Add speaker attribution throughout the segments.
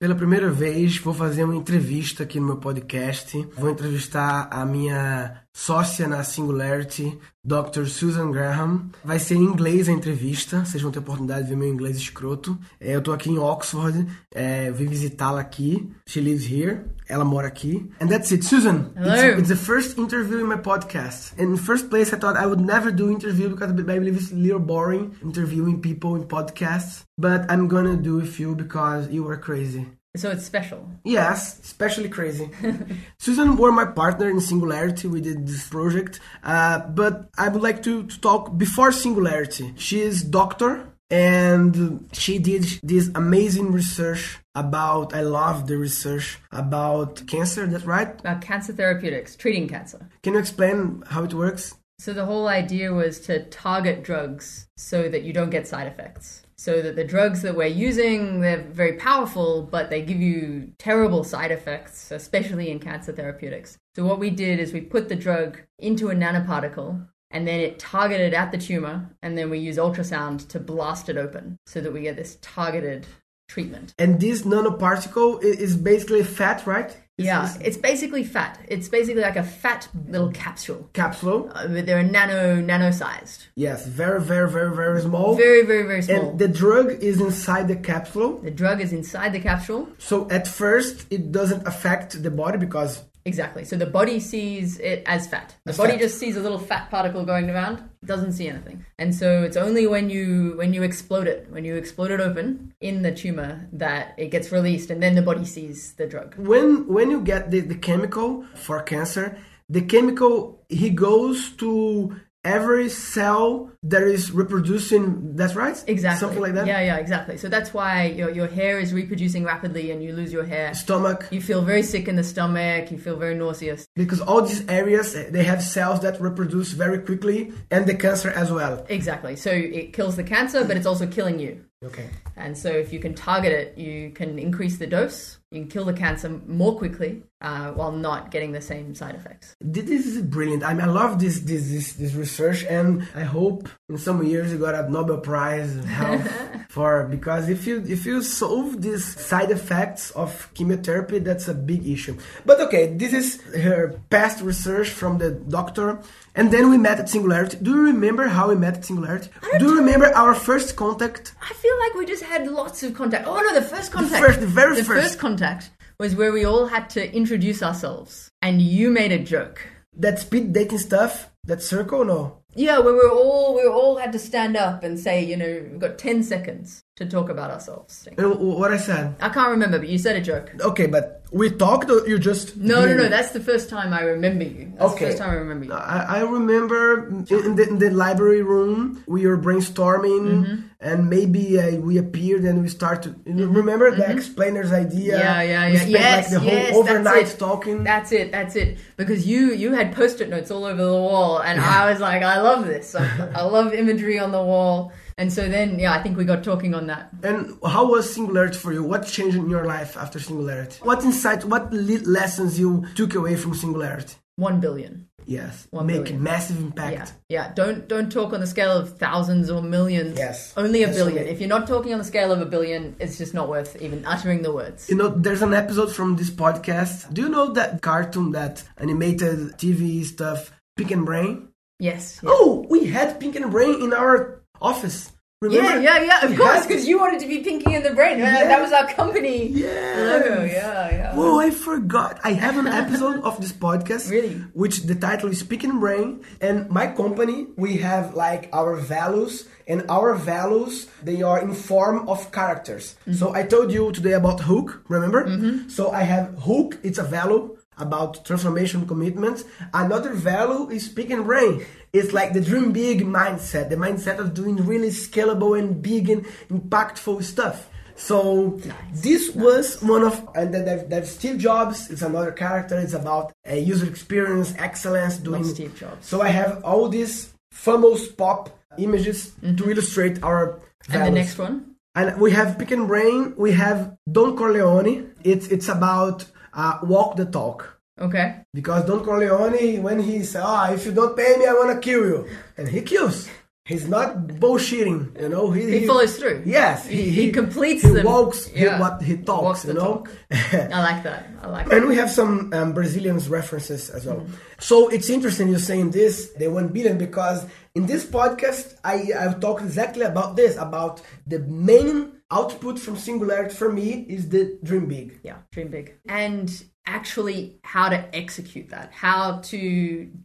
Speaker 1: Pela primeira vez, vou fazer uma entrevista aqui no meu podcast. Vou entrevistar a minha sócia na Singularity, Dr. Susan Graham. Vai ser em inglês a entrevista, vocês vão ter a oportunidade de ver meu inglês escroto. É, eu tô aqui em Oxford, é, vim visitá-la aqui. She lives here. Ela mora aqui. And that's it, Susan.
Speaker 2: Hello.
Speaker 1: It's, it's the first interview in my podcast. In first place, I thought I would never do interview because I believe it's a little boring interviewing people in podcasts. But I'm gonna do with you because you are crazy.
Speaker 2: So it's special.
Speaker 1: Yes, especially crazy. Susan were my partner in Singularity. We did this project, uh, but I would like to, to talk before Singularity. She is doctor, and she did this amazing research about. I love the research about cancer. That's right.
Speaker 2: About cancer therapeutics, treating cancer.
Speaker 1: Can you explain how it works?
Speaker 2: So the whole idea was to target drugs so that you don't get side effects. So that the drugs that we're using, they're very powerful, but they give you terrible side effects, especially in cancer therapeutics. So what we did is we put the drug into a nanoparticle and then it targeted at the tumor and then we use ultrasound to blast it open so that we get this targeted treatment.
Speaker 1: And this nanoparticle i- is basically fat, right?
Speaker 2: Yeah, it's basically fat. It's basically like a fat little capsule.
Speaker 1: Capsule.
Speaker 2: Uh, They're nano nano sized.
Speaker 1: Yes, very, very, very, very small.
Speaker 2: Very, very, very small.
Speaker 1: and the drug is inside the capsule.
Speaker 2: The drug is inside the capsule.
Speaker 1: So at first, it doesn't affect the body because
Speaker 2: Exactly. So the body sees it as fat. The body
Speaker 1: fat.
Speaker 2: just sees a little fat particle going around. It doesn't see anything. And so it's only when you when you explode it, when you explode it open in the tumor that it gets released and then the body sees the drug.
Speaker 1: when when you get the, the chemical for cancer, the chemical he goes to every cell that is reproducing. That's right.
Speaker 2: Exactly.
Speaker 1: Something like that.
Speaker 2: Yeah, yeah, exactly. So that's why your your hair is reproducing rapidly and you lose your hair.
Speaker 1: Stomach,
Speaker 2: You feel very sick in the stomach, you feel very nauseous.
Speaker 1: because all these areas eh, they have cells that reproduce very quickly, and the cancer as well.
Speaker 2: Exactly. So it kills the cancer, but it's also killing you.
Speaker 1: Okay.
Speaker 2: And so, if you can target it, you can increase the dose, you can kill the cancer more quickly uh, while not getting the same side effects.
Speaker 1: Th- This is brilliant. I mean, I love this this this, this research, and I hope in some years you got a Nobel Prize in health for because if you if you solve these side effects of chemotherapy, that's a big issue. But okay, this is her past research from the doctor, and then we met at Singularity. Do you remember how we met at Singularity? Do you remember our first contact?
Speaker 2: I feel like we just had lots of contact. Oh, no, the first contact.
Speaker 1: first- the very
Speaker 2: the
Speaker 1: first.
Speaker 2: first contact was where we all had to introduce ourselves, and you made a joke.
Speaker 1: That speed dating stuff. That circle, no.
Speaker 2: Yeah, where we were all we were all had to stand up and say, you know, we've got ten seconds to talk about ourselves.
Speaker 1: You know Uh, What I said.
Speaker 2: I can't remember, but you said a joke.
Speaker 1: Okay, but we talked. Or you just
Speaker 2: No, no, no. That's the first time I remember you. That's
Speaker 1: Okay.
Speaker 2: the first time I remember you.
Speaker 1: I, I remember in the, in the library room we were brainstorming
Speaker 2: Mm-hmm.
Speaker 1: and maybe uh, we appeared and we started you know, remember the explainer's idea
Speaker 2: Mm-hmm. Yeah, yeah,
Speaker 1: we
Speaker 2: yeah.
Speaker 1: spent,
Speaker 2: Yes,
Speaker 1: like the whole
Speaker 2: yes, that's
Speaker 1: overnight
Speaker 2: it.
Speaker 1: talking
Speaker 2: That's it. That's it. Because you you had post-it notes all over the wall, and I was like, I love this. I, I love imagery on the wall. And so then, yeah, I think we got talking on that.
Speaker 1: and how was singularity for you what changed in your life after singularity what insight what le- lessons you took away from singularity
Speaker 2: One billion.
Speaker 1: yes
Speaker 2: One
Speaker 1: make
Speaker 2: billion.
Speaker 1: massive impact
Speaker 2: Yeah, yeah. Don't don't talk on the scale of thousands or millions.
Speaker 1: Yes.
Speaker 2: Only a
Speaker 1: Yes,
Speaker 2: billion.
Speaker 1: only-
Speaker 2: If you're not talking on the scale of a billion, it's just not worth even uttering the words.
Speaker 1: You know, there's an episode from this podcast. Do you know that cartoon, that animated TV stuff, Pick and Brain?
Speaker 2: Yes. yeah.
Speaker 1: Oh, we had Pink and Brain in our office.
Speaker 2: Yeah,
Speaker 1: Remember?
Speaker 2: yeah, yeah, of
Speaker 1: Yeah.
Speaker 2: course, because you wanted to be Pinky in the Brain. That- That was our company.
Speaker 1: Yes.
Speaker 2: Oh, yeah, yeah.
Speaker 1: Whoa, I forgot. I have an episode of this podcast.
Speaker 2: Really?
Speaker 1: Which the title is Pick and Brain. And my company, we have like our values, and our values, they are in form of characters.
Speaker 2: Mm-hmm.
Speaker 1: So I told you today about Hook, remember? So I have Hook, it's a value about transformation commitments. Another value is Pick and Brain. It's like the dream big mindset, the mindset of doing really scalable and big and impactful stuff. So this was one of and then there's, there's Steve Jobs. It's another character. It's about uh, user experience, excellence, doing
Speaker 2: Steve Jobs.
Speaker 1: So I have all these famous pop images to illustrate our.
Speaker 2: Mm-hmm. And the
Speaker 1: values.
Speaker 2: next one.
Speaker 1: And we have Pick and Brain. We have Don Corleone. It's it's about uh, walk the talk.
Speaker 2: Okay.
Speaker 1: Because Don Corleone, when he says, "Ah, if you don't pay me, I wanna kill you," and he kills. He's not bullshitting, you know. He,
Speaker 2: He follows through.
Speaker 1: Yes,
Speaker 2: He- he completes
Speaker 1: He
Speaker 2: them.
Speaker 1: walks he-
Speaker 2: Yeah.
Speaker 1: what he talks,
Speaker 2: Walks the
Speaker 1: you know.
Speaker 2: I like that. I like that.
Speaker 1: and we have some um, Brazilians references as well.
Speaker 2: Mm-hmm.
Speaker 1: So it's interesting you're saying this, the one billion, because in this podcast I I've talked exactly about this, about the main output from Singularity for me is the dream big.
Speaker 2: Yeah, dream big. And actually, how to execute that, how to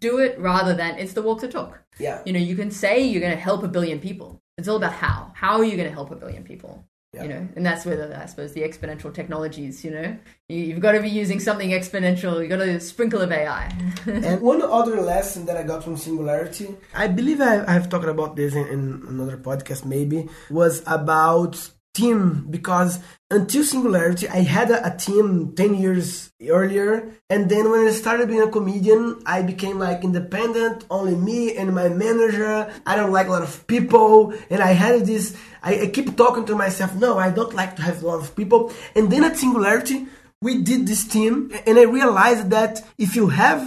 Speaker 2: do it rather than it's the walk the talk.
Speaker 1: Yeah.
Speaker 2: You know, you can say you're going to help a billion people. It's all about how. How are you going to help a billion people? You know, and that's where the, I suppose the exponential technologies. You know, you, you've got to be using something exponential. You've got to sprinkle of AI.
Speaker 1: and one other lesson that I got from Singularity, I believe I, I have talked about this in, in another podcast, maybe, was about team because until Singularity, I had a, a team 10 years earlier. And then when I started being a comedian, I became like independent, only me and my manager. I don't like a lot of people. And I had this, I, I keep talking to myself, no, I don't like to have a lot of people. And then at Singularity, we did this team and I realized that if you have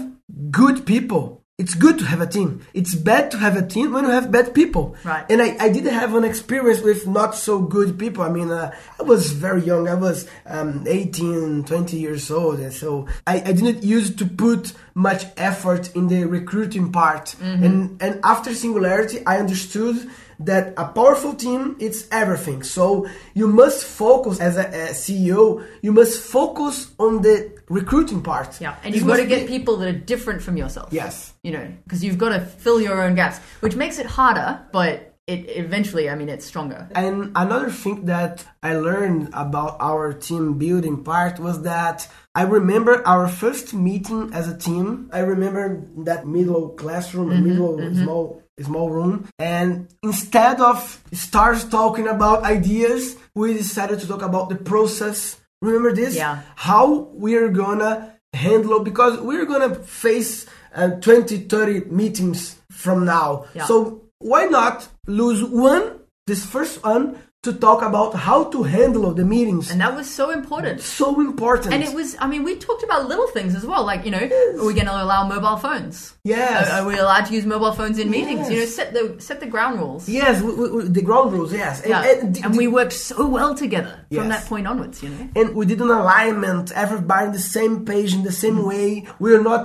Speaker 1: good people. It's good to have a team. It's bad to have a team when you have bad people.
Speaker 2: Right.
Speaker 1: And I, I did have an experience with not so good people. I mean, uh, I was very young. I was um, 18, 20 years old. And so I, I didn't use to put much effort in the recruiting part.
Speaker 2: Mm-hmm.
Speaker 1: And, and after Singularity, I understood that a powerful team it's everything so you must focus as a, a ceo you must focus on the recruiting part
Speaker 2: yeah, and
Speaker 1: This
Speaker 2: you've got to
Speaker 1: must
Speaker 2: get
Speaker 1: be-
Speaker 2: people that are different from yourself.
Speaker 1: Yes.
Speaker 2: you know, because you've got to fill your own gaps, which makes it harder, but it eventually, I mean, it's stronger.
Speaker 1: And another thing that I learned about our team building part was that I remember our first meeting as a team. I remember that middle classroom,
Speaker 2: Mm-hmm,
Speaker 1: middle small small room, and instead of start talking about ideas, we decided to talk about the process. Remember this?
Speaker 2: Yeah.
Speaker 1: How we're gonna handle because we're gonna face uh, 20, 30 meetings from now.
Speaker 2: Yeah.
Speaker 1: So why not lose one, this first one, to talk about how to handle the meetings?
Speaker 2: And that was so important.
Speaker 1: so important.
Speaker 2: And it was, I mean, we talked about little things as well, like, you know, are we going to allow mobile phones?
Speaker 1: Yes.
Speaker 2: Are, are we allowed to use mobile phones in meetings? You know,
Speaker 1: Yes.
Speaker 2: set the set the ground rules.
Speaker 1: yes, we, we, we- the ground rules. Yes, and,
Speaker 2: Yeah.
Speaker 1: and the-
Speaker 2: and we worked so well together from
Speaker 1: Yes.
Speaker 2: that point onwards, you know?
Speaker 1: and we did an alignment everybody in the same page in the same way we're not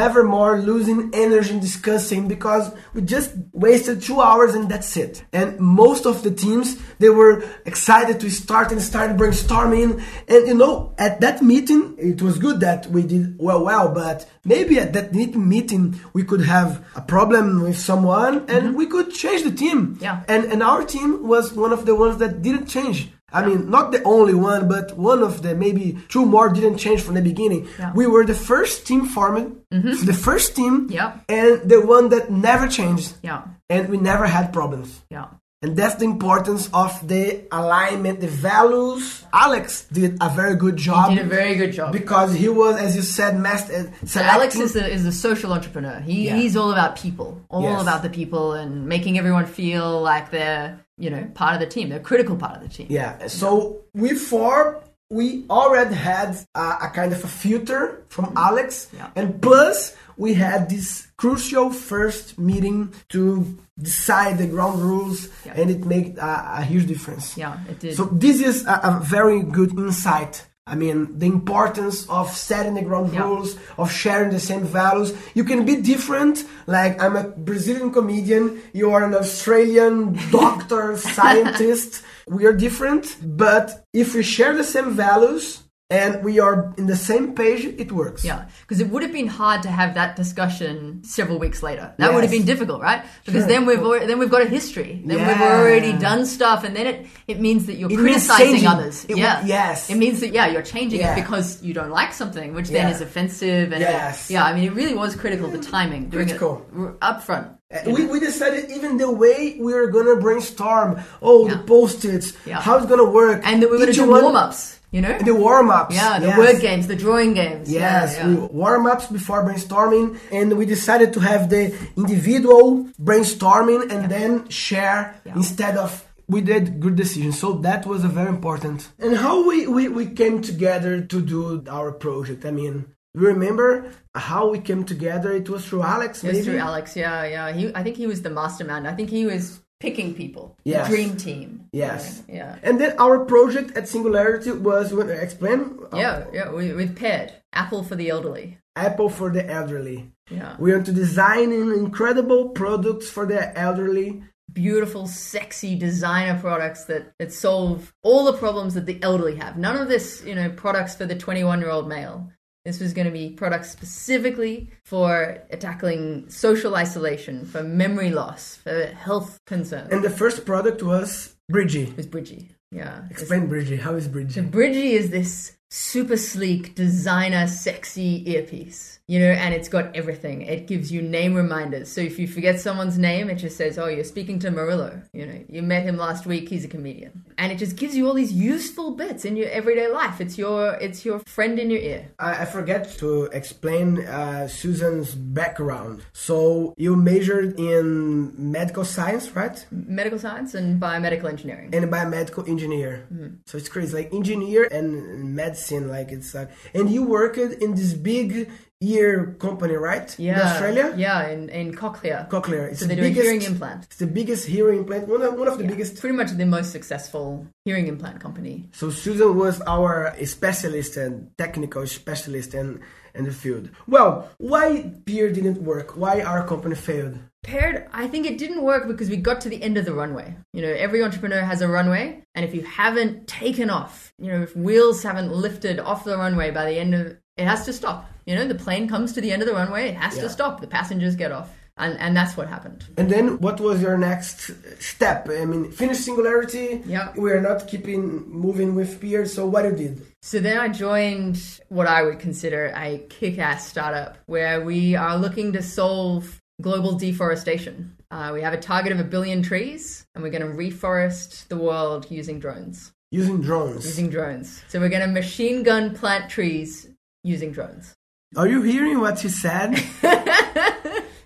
Speaker 1: never more losing energy in discussing because we just wasted two hours and that's it and most of the teams they were excited to start and start brainstorming and you know at that meeting it was good that we did well well but maybe at that meet- meeting we could have a problem with someone and we could change the team
Speaker 2: Yeah.
Speaker 1: and and our team was one of the ones that didn't change. I mean, not the only one, but one of the maybe two more didn't change from the beginning.
Speaker 2: Yeah. Mm-hmm.
Speaker 1: We were the first team formed, the first team,
Speaker 2: Yeah.
Speaker 1: and the one that never changed.
Speaker 2: Yeah.
Speaker 1: And we never had problems.
Speaker 2: Yeah.
Speaker 1: And that's the importance of the alignment, the values. Alex did a very good job.
Speaker 2: Did a very good job.
Speaker 1: because he was, as you said, master.
Speaker 2: Alex
Speaker 1: selecting-
Speaker 2: is the, is the social entrepreneur. He,
Speaker 1: Yeah.
Speaker 2: He's all about people, all
Speaker 1: Yes.
Speaker 2: about the people and making everyone feel like they're, you know, part of the team. They're a critical part of the team.
Speaker 1: Yeah. So we four, we already had a, a kind of a filter from Alex,
Speaker 2: Yeah.
Speaker 1: and plus we had this crucial first meeting to decide the ground rules,
Speaker 2: Yeah.
Speaker 1: and it made a, a huge difference.
Speaker 2: Yeah, it did.
Speaker 1: So this is a, a very good insight. I mean, the importance of setting the ground
Speaker 2: Yeah.
Speaker 1: rules, of sharing the same values. You can be different. Like I'm a Brazilian comedian. You are an Australian doctor, scientist. We are different, but if we share the same values and we are in the same page, it works.
Speaker 2: Yeah, because it would have been hard to have that discussion several weeks later. That would have
Speaker 1: Yes.
Speaker 2: been difficult, right? Because then we've already, then we've got a history. Then we've
Speaker 1: Yeah.
Speaker 2: already done stuff, and then it, it means that you're
Speaker 1: It means
Speaker 2: criticizing
Speaker 1: changing.
Speaker 2: others.
Speaker 1: It would-
Speaker 2: yeah.
Speaker 1: yes.
Speaker 2: It means that yeah, you're changing
Speaker 1: Yeah.
Speaker 2: it because you don't like something, which then
Speaker 1: Yeah.
Speaker 2: is offensive. And
Speaker 1: Yes.
Speaker 2: yeah, I mean, it really was critical the timing, doing
Speaker 1: Critical.
Speaker 2: it r- up front.
Speaker 1: Uh, We, we decided even the way we are gonna brainstorm. Oh, the
Speaker 2: Yeah.
Speaker 1: post-its,
Speaker 2: Yeah.
Speaker 1: how it's gonna work,
Speaker 2: and then we're going to
Speaker 1: Each
Speaker 2: do
Speaker 1: one-
Speaker 2: warm ups. You know,
Speaker 1: The warm ups.
Speaker 2: yeah, the word games, the drawing games. Yeah,
Speaker 1: Yes,
Speaker 2: yeah.
Speaker 1: we warm ups before brainstorming, and we decided to have the individual brainstorming and then share
Speaker 2: Yeah.
Speaker 1: instead of. We did good decisions, so that was a very important. And how we, we, we came together to do our project. I mean, Remember how we came together? It was through Alex,
Speaker 2: It was
Speaker 1: maybe?
Speaker 2: through Alex. Yeah, yeah. He, I think he was the mastermind. I think he was picking people. The
Speaker 1: Yes.
Speaker 2: Dream team.
Speaker 1: Yes.
Speaker 2: Yeah.
Speaker 1: And then our project at Singularity was when explain
Speaker 2: Yeah, yeah. We, with paired Apple for the elderly.
Speaker 1: Apple for the elderly.
Speaker 2: Yeah.
Speaker 1: We want to design incredible products for the elderly.
Speaker 2: Beautiful, sexy designer products that, that solve all the problems that the elderly have. None of this, you know, products for the 21 year old male. This was going to be products specifically for tackling social isolation, for memory loss, for health concerns.
Speaker 1: And the first product was Bridgie.
Speaker 2: it was Bridgie. Yeah. It's
Speaker 1: Explain Bridgie. How is Bridgie?
Speaker 2: Bridgie is this super sleek designer sexy earpiece, you know, and it's got everything. It gives you name reminders. So if you forget someone's name, it just says, "Oh, you're speaking to Murillo." You know, you met him last week. He's a comedian, and it just gives you all these useful bits in your everyday life. It's your it's your friend in your ear.
Speaker 1: I, I forget to explain uh, Susan's background. So you majored in medical science, right?
Speaker 2: Medical science and biomedical engineering.
Speaker 1: And biomedical engineer. So it's crazy, like engineer and medicine, like it's like. And you worked in this big ear company, right? In
Speaker 2: Yeah,
Speaker 1: Australia.
Speaker 2: Yeah, in in cochlear.
Speaker 1: Cochlear. It's
Speaker 2: so
Speaker 1: the
Speaker 2: they do a
Speaker 1: biggest.
Speaker 2: hearing implant.
Speaker 1: it's the biggest hearing implant. One of, one of the
Speaker 2: It's
Speaker 1: biggest.
Speaker 2: pretty much the most successful hearing implant company
Speaker 1: So Susan was our specialist and technical specialist in in the field. Well, why Peer didn't work? Why our company failed?
Speaker 2: paired i think it didn't work because we got to the end of the runway you know every entrepreneur has a runway and if you haven't taken off you know if wheels haven't lifted off the runway by the end of it has to stop you know the plane comes to the end of the runway it has
Speaker 1: Yeah.
Speaker 2: to stop the passengers get off and and that's what happened
Speaker 1: And then, what was your next step? I mean, finish singularity.
Speaker 2: Yeah.
Speaker 1: We are not keeping moving with Peer. So what you did?
Speaker 2: So then I joined what I would consider a kick ass startup where we are looking to solve global deforestation. Uh, we have a target of a billion trees and we're going to reforest the world using drones.
Speaker 1: Using drones.
Speaker 2: Using drones. So we're going to machine gun plant trees using drones.
Speaker 1: Are you hearing what he said?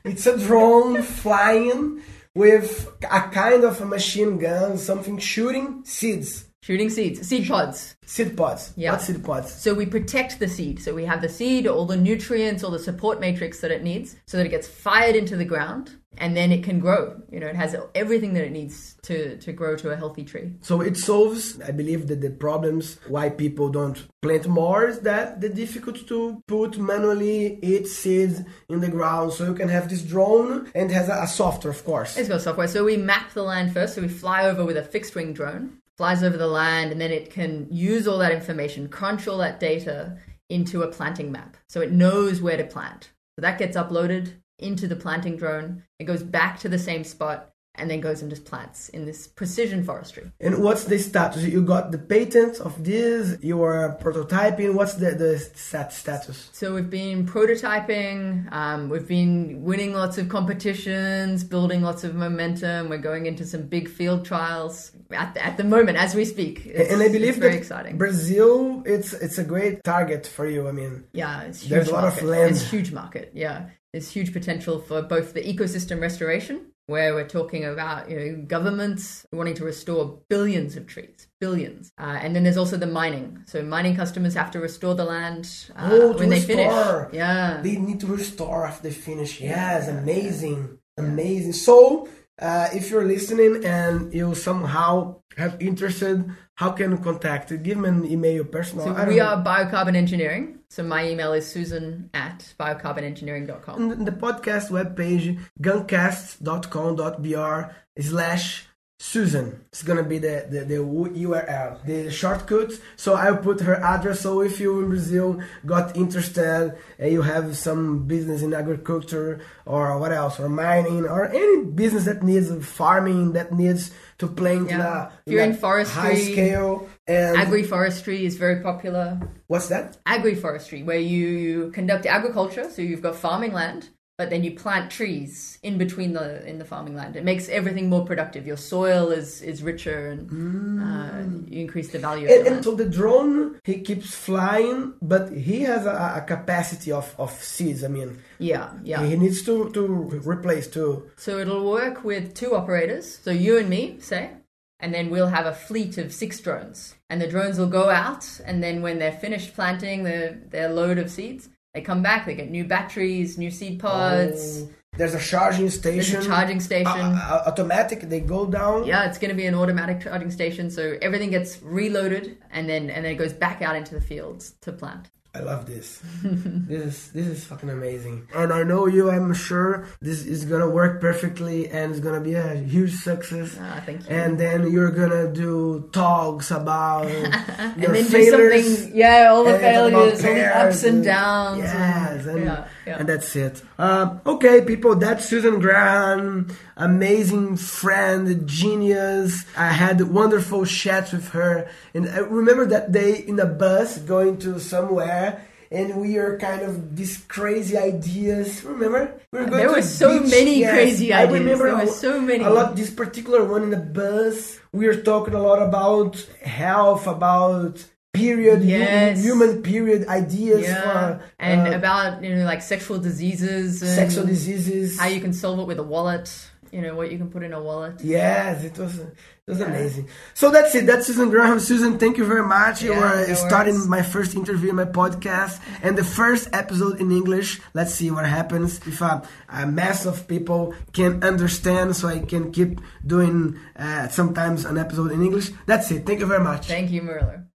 Speaker 1: it's a drone flying with a kind of a machine gun, something shooting seeds,
Speaker 2: Shooting seeds, seed pods.
Speaker 1: seed pods.
Speaker 2: Yeah.
Speaker 1: Not seed pods.
Speaker 2: So we protect the seed. So we have the seed, all the nutrients, all the support matrix that it needs, so that it gets fired into the ground and then it can grow. You know, it has everything that it needs to to grow to a healthy tree.
Speaker 1: So it solves, I believe, that the problems why people don't plant more is that they're difficult to put manually each seed in the ground. So you can have this drone and has a, a software, of course.
Speaker 2: It's got software. So we map the land first. So we fly over with a fixed wing drone, flies over the land, and then it can use all that information, crunch all that data into a planting map. So it knows where to plant. So that gets uploaded into the planting drone. It goes back to the same spot and then goes and just plants in this precision forestry.
Speaker 1: And what's the status? You got the patent of this, you are prototyping. What's the, the stat status?
Speaker 2: So we've been prototyping, um, we've been winning lots of competitions, building lots of momentum. We're going into some big field trials at the, at the moment as we speak. It's,
Speaker 1: and I believe
Speaker 2: it's very
Speaker 1: that
Speaker 2: exciting.
Speaker 1: Brazil, it's it's a great target for you. I mean,
Speaker 2: Yeah, it's huge
Speaker 1: There's a lot of
Speaker 2: market.
Speaker 1: land.
Speaker 2: It's huge market. Yeah, there's huge potential for both the ecosystem restoration, where we're talking about you know governments wanting to restore billions of trees, billions, uh, and then there's also the mining. So mining customers have to restore the land uh,
Speaker 1: Oh, to
Speaker 2: when they
Speaker 1: restore.
Speaker 2: finish. Yeah,
Speaker 1: they need to restore after they finish. Yes, amazing, amazing. So, uh, if you're listening and you somehow have interested, how can you contact? you? Give me an email, personal. I don't
Speaker 2: we
Speaker 1: know.
Speaker 2: are biocarbon engineering. So my email is susan at biocarbonengineering.com.
Speaker 1: on the podcast webpage guncast.com.br slash susan it's gonna be the, the, the url the shortcut so i'll put her address so if you in brazil got interested and you have some business in agriculture or what else or mining or any business that needs farming that needs to plant in a-
Speaker 2: Yeah. If you're in
Speaker 1: a
Speaker 2: forestry,
Speaker 1: high scale and
Speaker 2: Agroforestry is very popular.
Speaker 1: what's that
Speaker 2: agroforestry, where you, you conduct agriculture, so you've got farming land, but then you plant trees in between the in the farming land. It makes everything more productive. Your soil is is richer, and uh, you increase the value. of
Speaker 1: Mm. And,
Speaker 2: the
Speaker 1: and
Speaker 2: land.
Speaker 1: so the drone, he keeps flying, but he has a, a capacity of, of seeds. I mean,
Speaker 2: Yeah, yeah.
Speaker 1: he needs to, to replace to.
Speaker 2: So it'll work with two operators, so you and me, say, and then we'll have a fleet of six drones, and the drones will go out, and then when they're finished planting their their load of seeds. They come back, they get new batteries, new seed pods.
Speaker 1: There's a charging
Speaker 2: There's
Speaker 1: station.
Speaker 2: a charging station.
Speaker 1: Oh. uh, uh, automatic. They go down.
Speaker 2: yeah, it's going to be an automatic charging station, so everything gets reloaded and then and then it goes back out into the fields to plant.
Speaker 1: I love this. this is this is fucking amazing. And I know you. I'm sure this is gonna work perfectly, and it's gonna be a huge success.
Speaker 2: Ah, thank you.
Speaker 1: And then you're gonna do talks about your
Speaker 2: and then
Speaker 1: failures.
Speaker 2: do something, yeah, all the
Speaker 1: and talk about
Speaker 2: failures, all the ups
Speaker 1: pairs
Speaker 2: and downs.
Speaker 1: Yes, and,
Speaker 2: yeah, yeah.
Speaker 1: and that's it. Uh, okay, people, that's Susan Graham, amazing friend, genius. I had wonderful chats with her, and I remember that day in a bus going to somewhere. And we are kind of these crazy ideas. Remember, we were going
Speaker 2: Uh, There
Speaker 1: to
Speaker 2: were
Speaker 1: a
Speaker 2: so
Speaker 1: beach,
Speaker 2: many
Speaker 1: yes.
Speaker 2: crazy
Speaker 1: I
Speaker 2: ideas.
Speaker 1: remember
Speaker 2: There
Speaker 1: a
Speaker 2: were
Speaker 1: lo-
Speaker 2: so many.
Speaker 1: A lot this particular one in the bus, we are talking a lot about health, about period, hu-
Speaker 2: Yes.
Speaker 1: human period ideas
Speaker 2: yeah.
Speaker 1: for
Speaker 2: and
Speaker 1: uh,
Speaker 2: about you know like sexual diseases, and
Speaker 1: sexual diseases.
Speaker 2: how you can solve it with a wallet. You know what you can put in a wallet.
Speaker 1: yes, it was it was amazing. So that's it. That's Susan Graham. Susan, thank you very much. you
Speaker 2: Yeah,
Speaker 1: are
Speaker 2: no
Speaker 1: starting
Speaker 2: worries.
Speaker 1: my first interview in my podcast and the first episode in English. Let's see what happens if a, a mass of people can understand, so I can keep doing uh, sometimes an episode in English. That's it. Thank you very much.
Speaker 2: Thank you, Murillo.